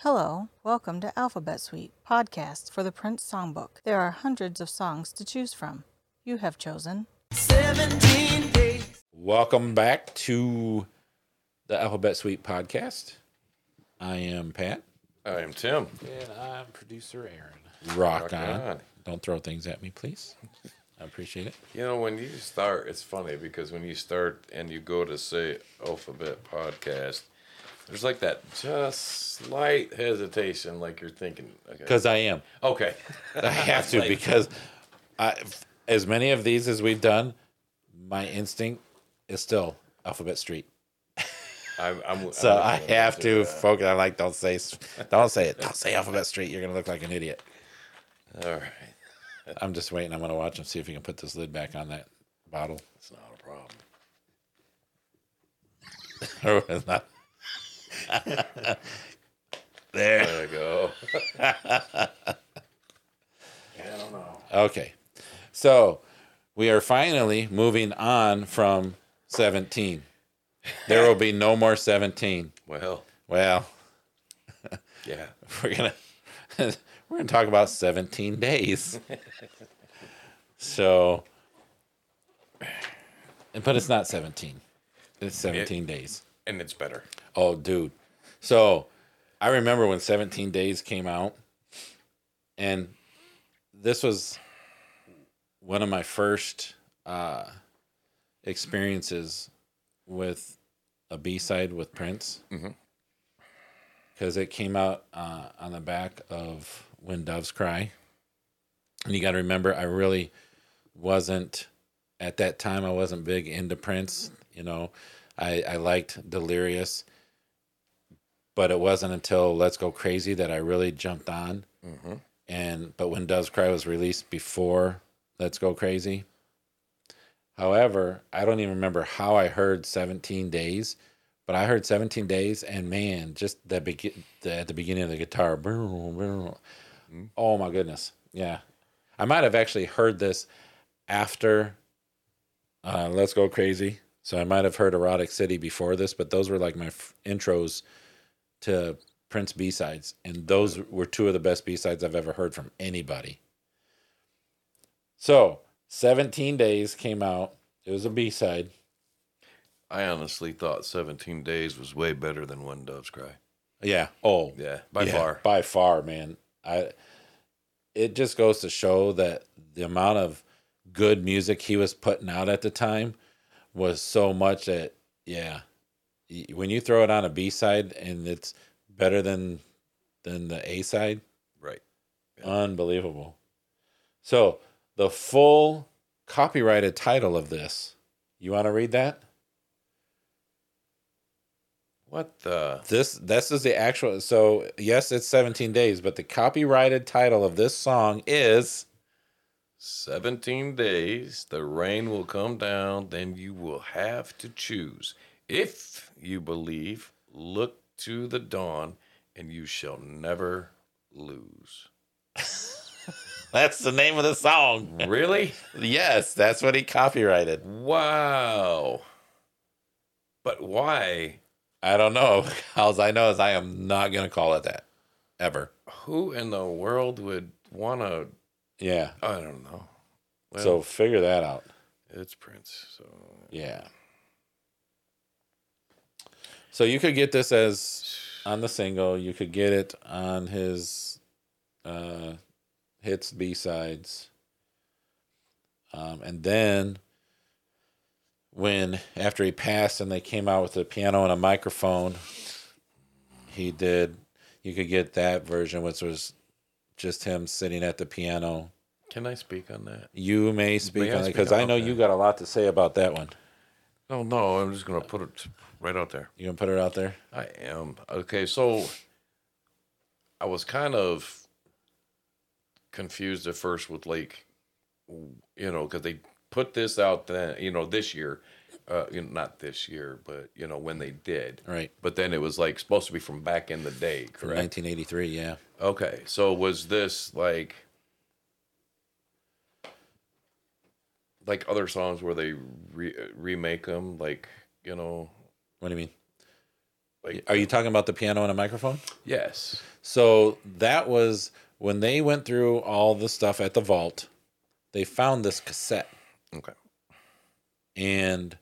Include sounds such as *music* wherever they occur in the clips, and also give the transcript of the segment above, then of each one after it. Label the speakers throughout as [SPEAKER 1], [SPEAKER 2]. [SPEAKER 1] Hello, welcome to Alphabet Suite, podcast for the Prince Songbook. There are hundreds of songs to choose from. You have chosen.
[SPEAKER 2] Welcome back to the Alphabet Suite podcast. I am Pat.
[SPEAKER 3] I am Tim.
[SPEAKER 4] And I'm producer Aaron.
[SPEAKER 2] Rock,
[SPEAKER 3] Rock
[SPEAKER 2] on.
[SPEAKER 3] on.
[SPEAKER 2] Don't throw things at me, please. I appreciate it.
[SPEAKER 3] You know, when you start, it's funny because when you start and you go to say Alphabet Podcast, there's like that just slight hesitation, like you're thinking, okay.
[SPEAKER 2] Because I
[SPEAKER 3] *laughs*
[SPEAKER 2] am.
[SPEAKER 3] okay.
[SPEAKER 2] I have to because I, as many of these as we've done, my instinct is still Alphabet Street.
[SPEAKER 3] I'm, I'm,
[SPEAKER 2] So
[SPEAKER 3] I'm-
[SPEAKER 2] I have to focus. I'm like, don't say, don't say it. Don't say Alphabet Street. You're gonna look like an idiot.
[SPEAKER 3] All right.
[SPEAKER 2] I'm just waiting. I'm gonna watch and see if he can put this lid back on that bottle. *laughs*
[SPEAKER 3] It's not a problem.
[SPEAKER 2] Or it's not. there.
[SPEAKER 3] There you go.
[SPEAKER 2] Okay. So we are finally moving on from 17. There will be no more 17.
[SPEAKER 3] Well,
[SPEAKER 2] Well, *laughs*
[SPEAKER 3] yeah.
[SPEAKER 2] we're going to *laughs* we're going to talk about 17 days. so but it's not 17. It's 17 days.
[SPEAKER 3] And it's better.
[SPEAKER 2] Oh, dude. So I remember when 17 Days came out, and this was one of my first uh, experiences with a B side with Prince. Because it came out uh, on the back of When Doves Cry. And you got to remember, I really wasn't at that time, I wasn't big into Prince. You know, I, I liked Delirious but it wasn't until Let's Go Crazy that I really jumped on. And but when Doves Cry was released before Let's Go Crazy. However, I don't even remember how I heard 17 Days, but I heard 17 Days, and man, just the, begin the at the beginning of the guitar, boom, boom. oh my goodness, yeah. I might have actually heard this after uh, Let's Go Crazy, so I might have heard Erotic City before this, but those were like my f- intros to Prince B sides, and those were two of the best B sides I've ever heard from anybody. So, 17 Days came out. It was a B side.
[SPEAKER 3] I honestly thought 17 days was way better than When Doves Cry.
[SPEAKER 2] Yeah. Oh,
[SPEAKER 3] Yeah, by
[SPEAKER 2] Yeah,
[SPEAKER 3] far.
[SPEAKER 2] by far, man. I. It just goes to show that the amount of good music he was putting out at the time was so much that yeah, y- when you throw it on a B side and it's better than than the A side,
[SPEAKER 3] Right.
[SPEAKER 2] Unbelievable. So the full copyrighted title of this, you want to read that?
[SPEAKER 3] What the?
[SPEAKER 2] This this is the actual. So yes, it's 17 days, but the copyrighted title of this song is
[SPEAKER 3] 17 days, the rain will come down, then you will have to choose. If you believe, look to the dawn, and you shall never lose.
[SPEAKER 2] that's the name of the song.
[SPEAKER 3] *laughs* Really?
[SPEAKER 2] yes, that's what he copyrighted.
[SPEAKER 3] wow. But why?
[SPEAKER 2] I don't know. *laughs* All I know is I am not gonna call it that ever.
[SPEAKER 3] Who in the world would want to?
[SPEAKER 2] Yeah.
[SPEAKER 3] I don't know. Well,
[SPEAKER 2] so figure that out.
[SPEAKER 3] it's Prince. So
[SPEAKER 2] Yeah. So you could get this as on the single. You could get it on his uh, hits B sides, um, and then when after he passed and they came out with a piano and a microphone, he did. You could get that version, which was just him sitting at the piano.
[SPEAKER 3] can I speak on that?
[SPEAKER 2] You may speak
[SPEAKER 3] May I
[SPEAKER 2] on it
[SPEAKER 3] speak
[SPEAKER 2] because
[SPEAKER 3] on-
[SPEAKER 2] I know
[SPEAKER 3] okay.
[SPEAKER 2] you got a lot to say about that one.
[SPEAKER 3] No, no. I'm just gonna put it right out there.
[SPEAKER 2] You gonna put it out there?
[SPEAKER 3] I am. Okay, so I was kind of confused at first with like, you know, because they put this out then, you know, this year, uh, you know, not this year, but you know when they did,
[SPEAKER 2] Right.
[SPEAKER 3] But then it was like supposed to be from back in the day,
[SPEAKER 2] From
[SPEAKER 3] correct?
[SPEAKER 2] 1983, yeah.
[SPEAKER 3] Okay, so was this like like other songs where they re- remake them, like you know,
[SPEAKER 2] What do you mean?
[SPEAKER 3] Like
[SPEAKER 2] Are you talking about the piano and a microphone?
[SPEAKER 3] yes,
[SPEAKER 2] So that was when they went through all the stuff at the vault. They found this cassette,
[SPEAKER 3] okay,
[SPEAKER 2] and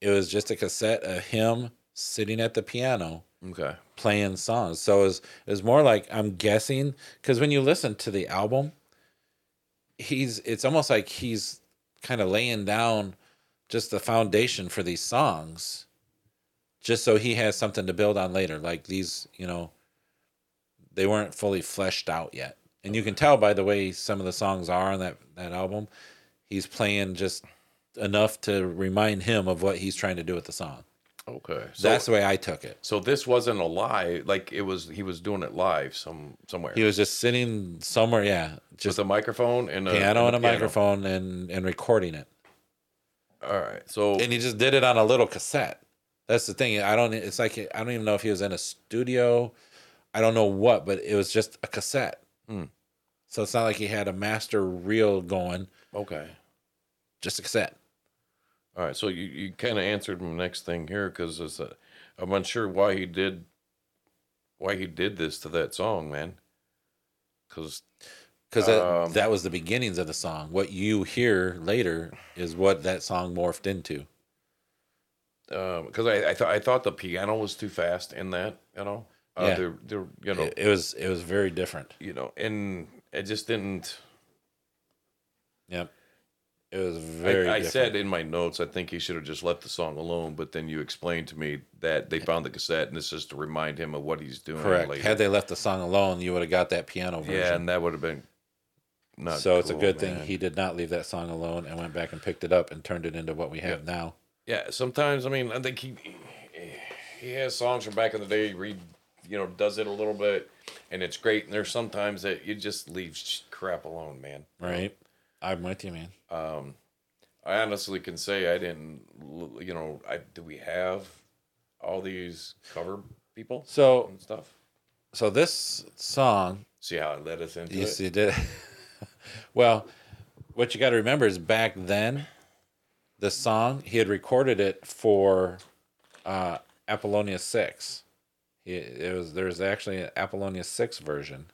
[SPEAKER 2] it was just a cassette of him sitting at the piano
[SPEAKER 3] okay,
[SPEAKER 2] playing songs. So it was, it was more like I'm guessing because when you listen to the album, he's it's almost like he's kind of laying down just the foundation for these songs, just so he has something to build on later. Like these, you know, they weren't fully fleshed out yet, and you can tell by the way some of the songs are on that that album. He's playing just enough to remind him of what he's trying to do with the song.
[SPEAKER 3] okay. So
[SPEAKER 2] That's the way I took it.
[SPEAKER 3] so this wasn't a lie. Like it was, he was doing it live some somewhere
[SPEAKER 2] He was just sitting somewhere, yeah, just
[SPEAKER 3] with a microphone and a
[SPEAKER 2] piano and a microphone and and recording it.
[SPEAKER 3] All right, so
[SPEAKER 2] And he just did it on a little cassette. That's the thing. I don't. It's like I don't even know if he was in a studio. I don't know what, but it was just a cassette.
[SPEAKER 3] Hmm.
[SPEAKER 2] So it's not like he had a master reel going.
[SPEAKER 3] okay.
[SPEAKER 2] Just a cassette.
[SPEAKER 3] All right, so you, you kind of answered my next thing here because it's a, I'm unsure why he did why he did this to that song, man. Because
[SPEAKER 2] Because
[SPEAKER 3] Um.
[SPEAKER 2] that, that was the beginnings of the song. What you hear later is what that song morphed into.
[SPEAKER 3] because um, I I, th- I thought the piano was too fast in that, you know. Uh,
[SPEAKER 2] Yeah.
[SPEAKER 3] They're, they're, you know,
[SPEAKER 2] It, it was it was very different.
[SPEAKER 3] you know, and it just didn't.
[SPEAKER 2] Yep. It was very.
[SPEAKER 3] I, I
[SPEAKER 2] different.
[SPEAKER 3] said in my notes, I think he should have just left the song alone. But then you explained to me that they found the cassette, and this is to remind him of what he's doing.
[SPEAKER 2] Correct.
[SPEAKER 3] later.
[SPEAKER 2] Had they left the song alone, you would have got that piano
[SPEAKER 3] yeah,
[SPEAKER 2] version.
[SPEAKER 3] and that would have been. Not
[SPEAKER 2] so it's a
[SPEAKER 3] cool,
[SPEAKER 2] good thing
[SPEAKER 3] man.
[SPEAKER 2] he did not leave that song alone and went back and picked it up and turned it into what we have now.
[SPEAKER 3] Yeah, sometimes I mean I think he he has songs from back in the day. He re, you know, does it a little bit, and it's great. And there's sometimes that you just leave sh- crap alone, man.
[SPEAKER 2] Right? I'm with you, man.
[SPEAKER 3] I honestly can say I didn't. l- You know, I do we have all these cover people
[SPEAKER 2] So
[SPEAKER 3] and stuff?
[SPEAKER 2] so this song
[SPEAKER 3] See how it led us into
[SPEAKER 2] you
[SPEAKER 3] it.
[SPEAKER 2] see did *laughs* well, what you gotta remember is back then the song he had recorded it for uh Apollonia Six. He, it was there's actually an Apollonia Six version.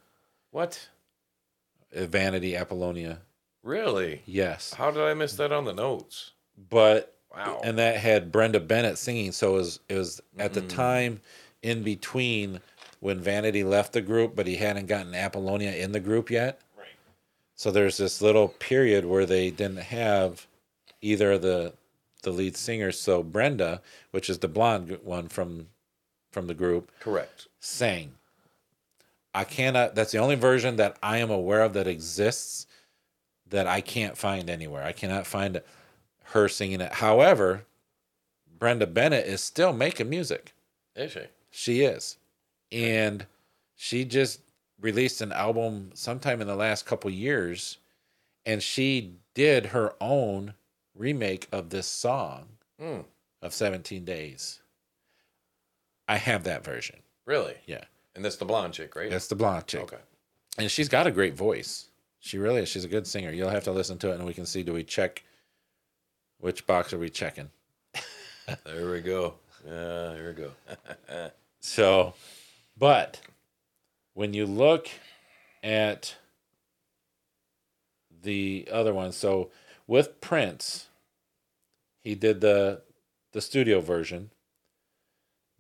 [SPEAKER 3] What
[SPEAKER 2] uh, Vanity Apollonia.
[SPEAKER 3] really?
[SPEAKER 2] Yes.
[SPEAKER 3] How did I miss that on the notes?
[SPEAKER 2] but
[SPEAKER 3] Wow.
[SPEAKER 2] and that had Brenda Bennett singing. So it was it was at the time in between when Vanity left the group, but he hadn't gotten Apollonia in the group yet. Right. So there's this little period where they didn't have either of the the lead singers. So Brenda, which is the blonde one from from the group,
[SPEAKER 3] Correct.
[SPEAKER 2] sang. I cannot. That's the only version that I am aware of that exists that I can't find anywhere. I cannot find her singing it. However, Brenda Bennett is still making music.
[SPEAKER 3] Is she?
[SPEAKER 2] She is, and she just released an album sometime in the last couple years, and she did her own remake of this song
[SPEAKER 3] Hmm.
[SPEAKER 2] of 17 Days. I have that version.
[SPEAKER 3] Really?
[SPEAKER 2] Yeah.
[SPEAKER 3] And that's the blonde chick, right?
[SPEAKER 2] That's the blonde chick.
[SPEAKER 3] Okay.
[SPEAKER 2] And she's got a great voice. She really is. She's a good singer. You'll have to listen to it and we can see do we check which box are we checking.
[SPEAKER 3] There we go. Yeah, here we go. *laughs*
[SPEAKER 2] So, but when you look at the other one, so with Prince, he did the the studio version.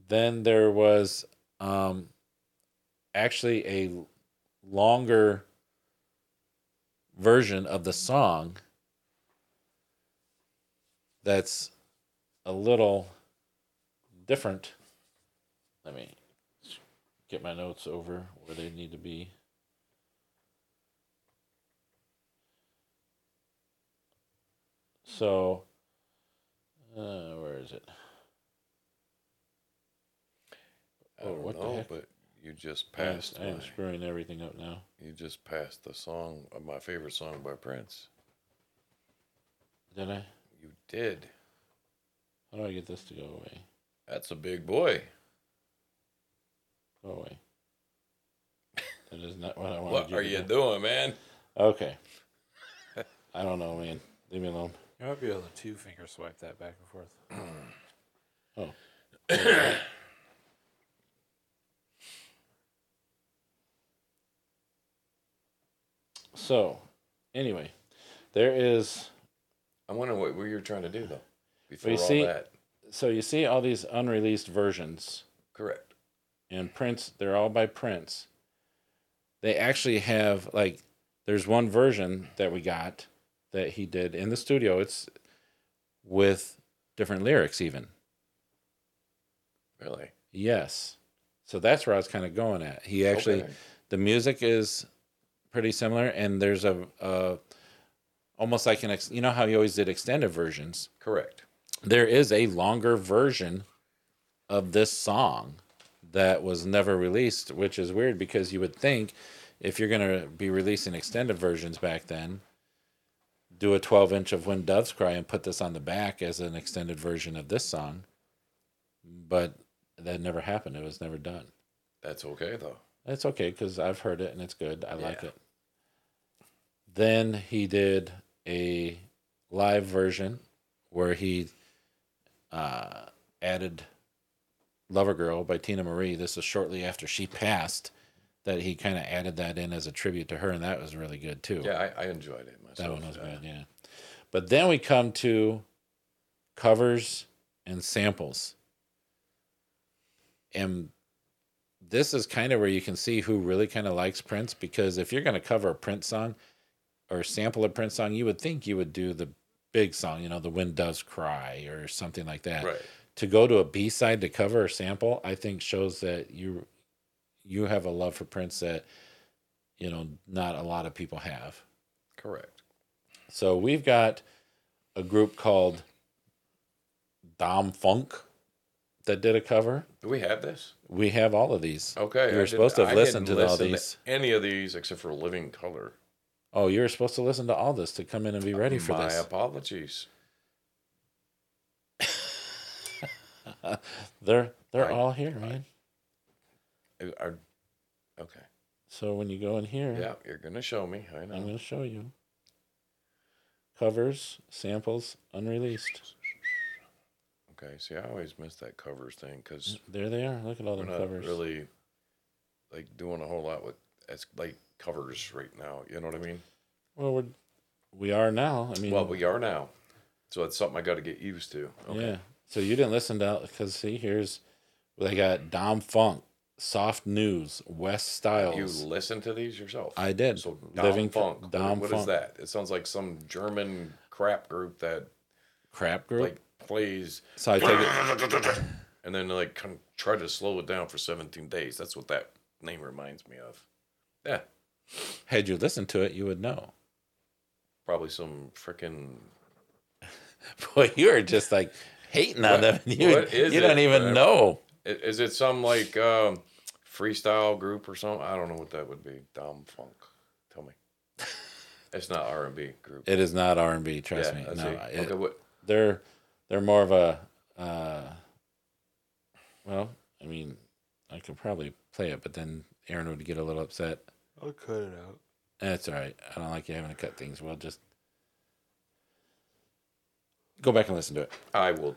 [SPEAKER 2] Then there was um actually a longer version of the song that's a little different. Let me get my notes over where they need to be. So, uh, where is it?
[SPEAKER 3] I don't
[SPEAKER 2] Oh, what the
[SPEAKER 3] know,
[SPEAKER 2] heck?
[SPEAKER 3] but you just
[SPEAKER 2] I am-
[SPEAKER 3] passed
[SPEAKER 2] I am
[SPEAKER 3] my-
[SPEAKER 2] screwing everything up now.
[SPEAKER 3] you just passed the song of my favorite song by Prince.
[SPEAKER 2] Did I?
[SPEAKER 3] You did.
[SPEAKER 2] How do I get this to go away?
[SPEAKER 3] That's a big boy.
[SPEAKER 2] Go away. That is not what I wanted.
[SPEAKER 3] What
[SPEAKER 2] you
[SPEAKER 3] are
[SPEAKER 2] to
[SPEAKER 3] you
[SPEAKER 2] do.
[SPEAKER 3] doing, man?
[SPEAKER 2] Okay. I don't know, man. Leave me alone.
[SPEAKER 4] You might be able to two finger swipe that back and forth.
[SPEAKER 2] Oh. So, anyway, there is.
[SPEAKER 3] I'm wondering what we were trying to do though. Before
[SPEAKER 2] you
[SPEAKER 3] all
[SPEAKER 2] see-
[SPEAKER 3] that,
[SPEAKER 2] So you see all these unreleased versions,
[SPEAKER 3] correct.
[SPEAKER 2] and Prince. They're all by Prince. They actually have like, there's one version that we got that he did in the studio. It's with different lyrics, even.
[SPEAKER 3] Really?
[SPEAKER 2] Yes. So that's where I was kind of going at. He actually,
[SPEAKER 3] Okay.
[SPEAKER 2] the music is pretty similar, and there's a, a almost like an ex, you know how he always did extended versions.
[SPEAKER 3] Correct.
[SPEAKER 2] There is a longer version of this song that was never released, which is weird because you would think if you're going to be releasing extended versions back then, do a 12 inch of When Doves Cry and put this on the back as an extended version of this song. But that never happened. It was never done.
[SPEAKER 3] That's okay though.
[SPEAKER 2] It's okay because I've heard it and it's good. I like
[SPEAKER 3] Yeah.
[SPEAKER 2] it. Then he did a live version where he uh, added Lover Girl by Tina Marie. This is shortly after she passed that he kind of added that in as a tribute to her, and that was really good too.
[SPEAKER 3] Yeah, I, I enjoyed it myself.
[SPEAKER 2] That one was
[SPEAKER 3] Uh,
[SPEAKER 2] good, yeah. But then we come to covers and samples. And this is kind of where you can see who really kind of likes Prince because if you're going to cover a Prince song or sample a Prince song, you would think you would do the big song, you know, The Wind Does Cry or something like that.
[SPEAKER 3] Right.
[SPEAKER 2] To go to a B side to cover or sample, I think shows that you you have a love for Prince that you know not a lot of people have.
[SPEAKER 3] Correct.
[SPEAKER 2] So we've got a group called Dom Funk that did a cover.
[SPEAKER 3] Do we have this?
[SPEAKER 2] We have all of these.
[SPEAKER 3] Okay. I
[SPEAKER 2] You were
[SPEAKER 3] didn't-
[SPEAKER 2] supposed to have
[SPEAKER 3] I
[SPEAKER 2] listened to
[SPEAKER 3] didn't
[SPEAKER 2] all
[SPEAKER 3] listen
[SPEAKER 2] these.
[SPEAKER 3] any of these except for Living Color.
[SPEAKER 2] Oh, you were supposed to listen to all this to come in and be ready for
[SPEAKER 3] Oh, My
[SPEAKER 2] this.
[SPEAKER 3] apologies.
[SPEAKER 2] They're they're
[SPEAKER 3] I-
[SPEAKER 2] all here, man.
[SPEAKER 3] I- I- Uh, okay.
[SPEAKER 2] So when you go in here,
[SPEAKER 3] Yeah, you're gonna show me. I know.
[SPEAKER 2] I'm going to show you covers, samples, unreleased. Mm-hmm.
[SPEAKER 3] Okay. See, I always miss that covers thing because
[SPEAKER 2] There they are. Look at all
[SPEAKER 3] we're
[SPEAKER 2] the
[SPEAKER 3] not
[SPEAKER 2] Mm-hmm. covers.
[SPEAKER 3] really like doing a whole lot with as like covers right now. You know what I mean?
[SPEAKER 2] Well, we're we are now. I mean,
[SPEAKER 3] Well, we are now, so it's something I got to get used to.
[SPEAKER 2] Yeah. So you didn't listen to because see here's they got Dom Funk, Soft News, West
[SPEAKER 3] You
[SPEAKER 2] Styles.
[SPEAKER 3] listen to these yourself.
[SPEAKER 2] I did.
[SPEAKER 3] So Dom
[SPEAKER 2] Living Co-
[SPEAKER 3] Funk.
[SPEAKER 2] Dom
[SPEAKER 3] what is
[SPEAKER 2] Funk.
[SPEAKER 3] that? It sounds like some German crap group that
[SPEAKER 2] crap group.
[SPEAKER 3] like plays
[SPEAKER 2] so I take it.
[SPEAKER 3] and then like con- try to slow it down for 17 days. That's what that name reminds me of. Yeah,
[SPEAKER 2] *coughs* Had you listened to it, you would know. *laughs*
[SPEAKER 3] probably some freaking
[SPEAKER 2] Boy, you were just like hating on
[SPEAKER 3] What-
[SPEAKER 2] them. You,
[SPEAKER 3] what is
[SPEAKER 2] you don't
[SPEAKER 3] it,
[SPEAKER 2] even
[SPEAKER 3] man?
[SPEAKER 2] know.
[SPEAKER 3] is it some like um, freestyle group or something? I don't know what that would be. Dom Funk.
[SPEAKER 2] *laughs*
[SPEAKER 3] Tell me. It's not R and B group.
[SPEAKER 2] It is not R and B. Trust me.
[SPEAKER 3] I
[SPEAKER 2] No,
[SPEAKER 3] see.
[SPEAKER 2] it-
[SPEAKER 3] okay, what?
[SPEAKER 2] they're they're more of a. Uh, well, I mean, I could probably play it, but then Aaron would get a little upset.
[SPEAKER 4] I'll cut it out.
[SPEAKER 2] That's all right. I don't like you having to cut things. We'll just go back and listen to it.
[SPEAKER 3] I will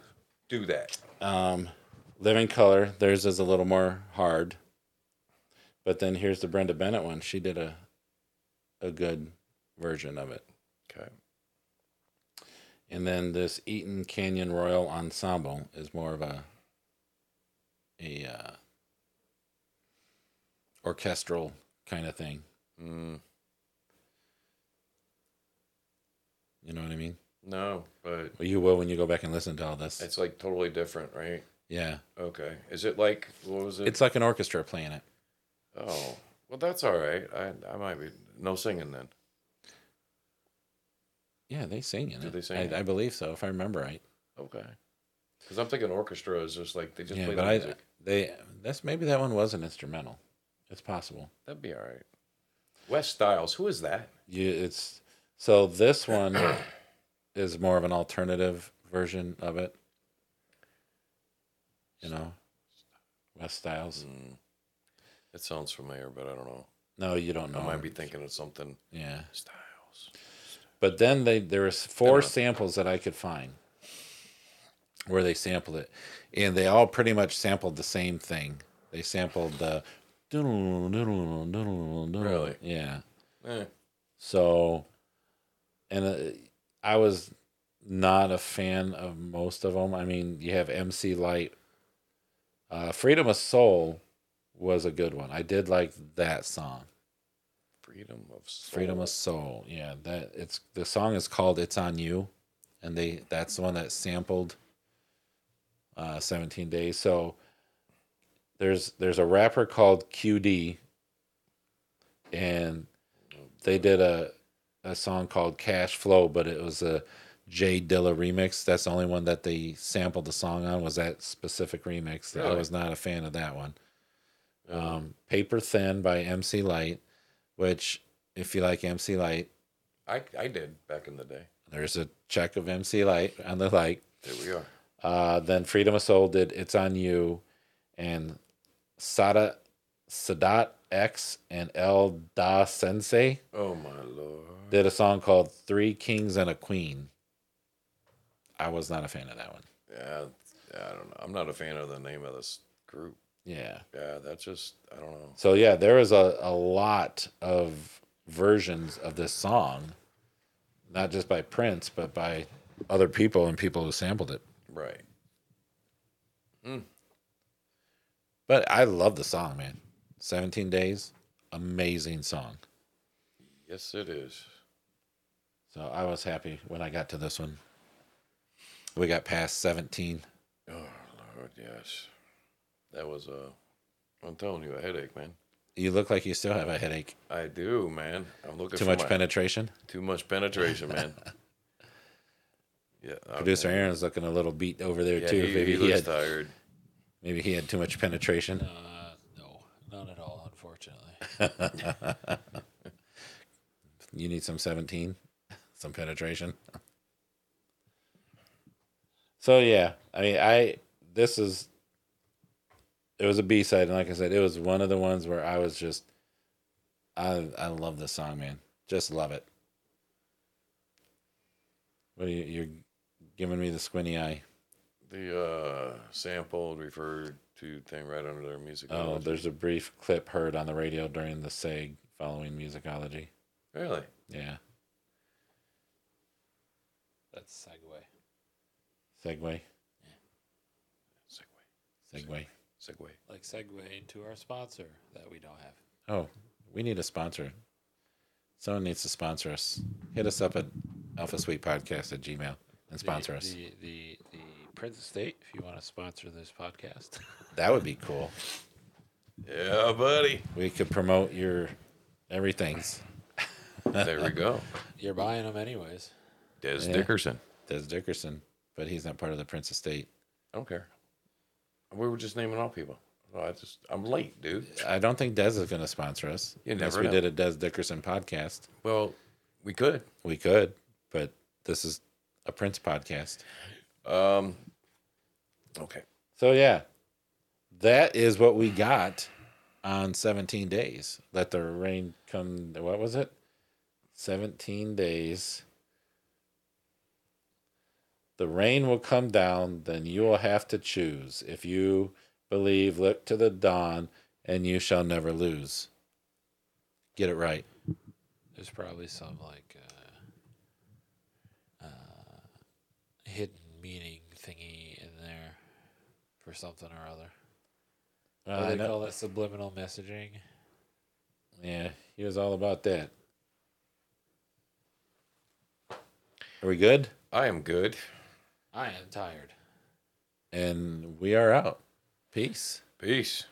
[SPEAKER 3] do that.
[SPEAKER 2] Um, Living Color, theirs is a little more hard. But then here's the Brenda Bennett one. She did a a good version of it.
[SPEAKER 3] Okay.
[SPEAKER 2] And then this Eaton Canyon Royal Ensemble is more of a a uh, orchestral kind of thing.
[SPEAKER 3] Mm,
[SPEAKER 2] You know what I mean?
[SPEAKER 3] no, but
[SPEAKER 2] Well, you will when you go back and listen to all this.
[SPEAKER 3] it's like totally different, right?
[SPEAKER 2] yeah.
[SPEAKER 3] Okay. Is it like what was it?
[SPEAKER 2] It's like an orchestra playing it.
[SPEAKER 3] oh, well, that's all right. I I might be no singing then.
[SPEAKER 2] Yeah, they sing in
[SPEAKER 3] Do
[SPEAKER 2] it.
[SPEAKER 3] they sing
[SPEAKER 2] I,
[SPEAKER 3] it?
[SPEAKER 2] I believe so, if I remember right.
[SPEAKER 3] Okay. Because I'm thinking orchestra is just like they just
[SPEAKER 2] yeah,
[SPEAKER 3] play
[SPEAKER 2] but
[SPEAKER 3] the
[SPEAKER 2] I
[SPEAKER 3] music.
[SPEAKER 2] they that's maybe that one was an instrumental. It's possible.
[SPEAKER 3] That'd be all right. Wes Styles, who is that?
[SPEAKER 2] You it's so this one *coughs* is more of an alternative version of it. You know, West Styles.
[SPEAKER 3] Mm. It sounds familiar, but I don't know.
[SPEAKER 2] No, you don't know.
[SPEAKER 3] I might
[SPEAKER 2] him.
[SPEAKER 3] be thinking of something.
[SPEAKER 2] Yeah,
[SPEAKER 3] Styles.
[SPEAKER 2] but then they there was four
[SPEAKER 3] Never.
[SPEAKER 2] samples that I could find where they sampled it, and they all pretty much sampled the same thing. They sampled the.
[SPEAKER 3] Really?
[SPEAKER 2] Yeah.
[SPEAKER 3] Eh,
[SPEAKER 2] So, and uh, I was not a fan of most of them. I mean, you have MC Light. Uh, Freedom of Soul was a good one. I did like that song.
[SPEAKER 3] Freedom of soul.
[SPEAKER 2] Freedom of Soul. Yeah, that it's the song is called "It's on You," and they that's the one that sampled uh, "17 Days." So there's there's a rapper called QD, and they did a a song called "Cash Flow," but it was a Jay Dilla remix. That's the only one that they sampled the song on was that specific remix. I
[SPEAKER 3] Really?
[SPEAKER 2] was not a fan of that one. Um, Paper Thin by MC Light, which if you like MC Light,
[SPEAKER 3] I I did back in the day.
[SPEAKER 2] there's a check of MC Light on the like.
[SPEAKER 3] There we are.
[SPEAKER 2] Uh, then Freedom of Soul did "It's on You," and Sada Sadat X and El Da Sensei
[SPEAKER 3] Oh my lord.
[SPEAKER 2] did a song called Three Kings and a Queen." I was not a fan of that one.
[SPEAKER 3] Yeah, I don't know. I'm not a fan of the name of this group.
[SPEAKER 2] Yeah.
[SPEAKER 3] Yeah, that's just I don't know.
[SPEAKER 2] So yeah, there was a, a lot of versions of this song, not just by Prince, but by other people and people who sampled it.
[SPEAKER 3] Right.
[SPEAKER 2] But I love the song, man. 17 Days, amazing song.
[SPEAKER 3] Yes, it is.
[SPEAKER 2] So I was happy when I got to this one. We got past 17.
[SPEAKER 3] Oh lord, yes. That was a. I'm telling you, a headache, man.
[SPEAKER 2] You look like you still have a headache.
[SPEAKER 3] I do, man. I'm looking
[SPEAKER 2] Too
[SPEAKER 3] for
[SPEAKER 2] much
[SPEAKER 3] my-
[SPEAKER 2] penetration.
[SPEAKER 3] Too much
[SPEAKER 2] *laughs*
[SPEAKER 3] penetration, man. yeah. I-
[SPEAKER 2] Producer Aaron's looking a little beat over there
[SPEAKER 3] Yeah,
[SPEAKER 2] too.
[SPEAKER 3] he,
[SPEAKER 2] maybe he,
[SPEAKER 3] he
[SPEAKER 2] had
[SPEAKER 3] looks tired.
[SPEAKER 2] maybe he had too much penetration.
[SPEAKER 4] Uh, no, not at all, unfortunately.
[SPEAKER 2] *laughs* You need some 17, some penetration. So yeah, I mean, I this is it was a B side, and like I said, it was one of the ones where I was just I I love this song, man, just love it. What are you, you're giving me the squinty eye?
[SPEAKER 3] The uh, sample referred to thing right under their music.
[SPEAKER 2] Oh, there's a brief clip heard on the radio during the SAG following musicology.
[SPEAKER 3] really?
[SPEAKER 2] Yeah,
[SPEAKER 4] That's segue.
[SPEAKER 2] segue,
[SPEAKER 3] Segway.
[SPEAKER 2] segue.
[SPEAKER 3] Segway.
[SPEAKER 4] Like segue into our sponsor that we don't have.
[SPEAKER 2] Oh, we need a sponsor. Someone needs to sponsor us. Hit us up at Alpha Suite Podcast at Gmail and
[SPEAKER 4] The-
[SPEAKER 2] sponsor us.
[SPEAKER 4] The, the the Prince Estate, if you want to sponsor this podcast. *laughs*
[SPEAKER 2] That would be cool.
[SPEAKER 3] Yeah, buddy.
[SPEAKER 2] We could promote your everything's.
[SPEAKER 3] There
[SPEAKER 2] *laughs*
[SPEAKER 3] we go.
[SPEAKER 4] You're buying them anyways.
[SPEAKER 3] Des
[SPEAKER 2] Yeah.
[SPEAKER 3] Dickerson.
[SPEAKER 2] Des Dickerson, but he's not part of the Prince Estate.
[SPEAKER 3] I don't care. We were just naming all people. No, I just I'm late, dude.
[SPEAKER 2] I don't think Des is going to sponsor us.
[SPEAKER 3] You
[SPEAKER 2] Unless
[SPEAKER 3] never
[SPEAKER 2] we
[SPEAKER 3] know.
[SPEAKER 2] did a Des Dickerson podcast.
[SPEAKER 3] Well, we could.
[SPEAKER 2] We could, but this is a Prince podcast.
[SPEAKER 3] Um. Okay.
[SPEAKER 2] So yeah, that is what we got on 17 days. Let the rain come. What was it? 17 days. The rain will come down, then you will have to choose. If you believe, look to the dawn, and you shall never lose. Get it right.
[SPEAKER 4] There's probably some like uh, uh, hidden meaning thingy in there for something or other. What
[SPEAKER 2] Uh,
[SPEAKER 4] do
[SPEAKER 2] no-
[SPEAKER 4] they call that subliminal messaging?
[SPEAKER 2] yeah, he was all about that. Are we good?
[SPEAKER 3] I am good.
[SPEAKER 4] I am tired.
[SPEAKER 2] and we are out. Peace.
[SPEAKER 3] Peace.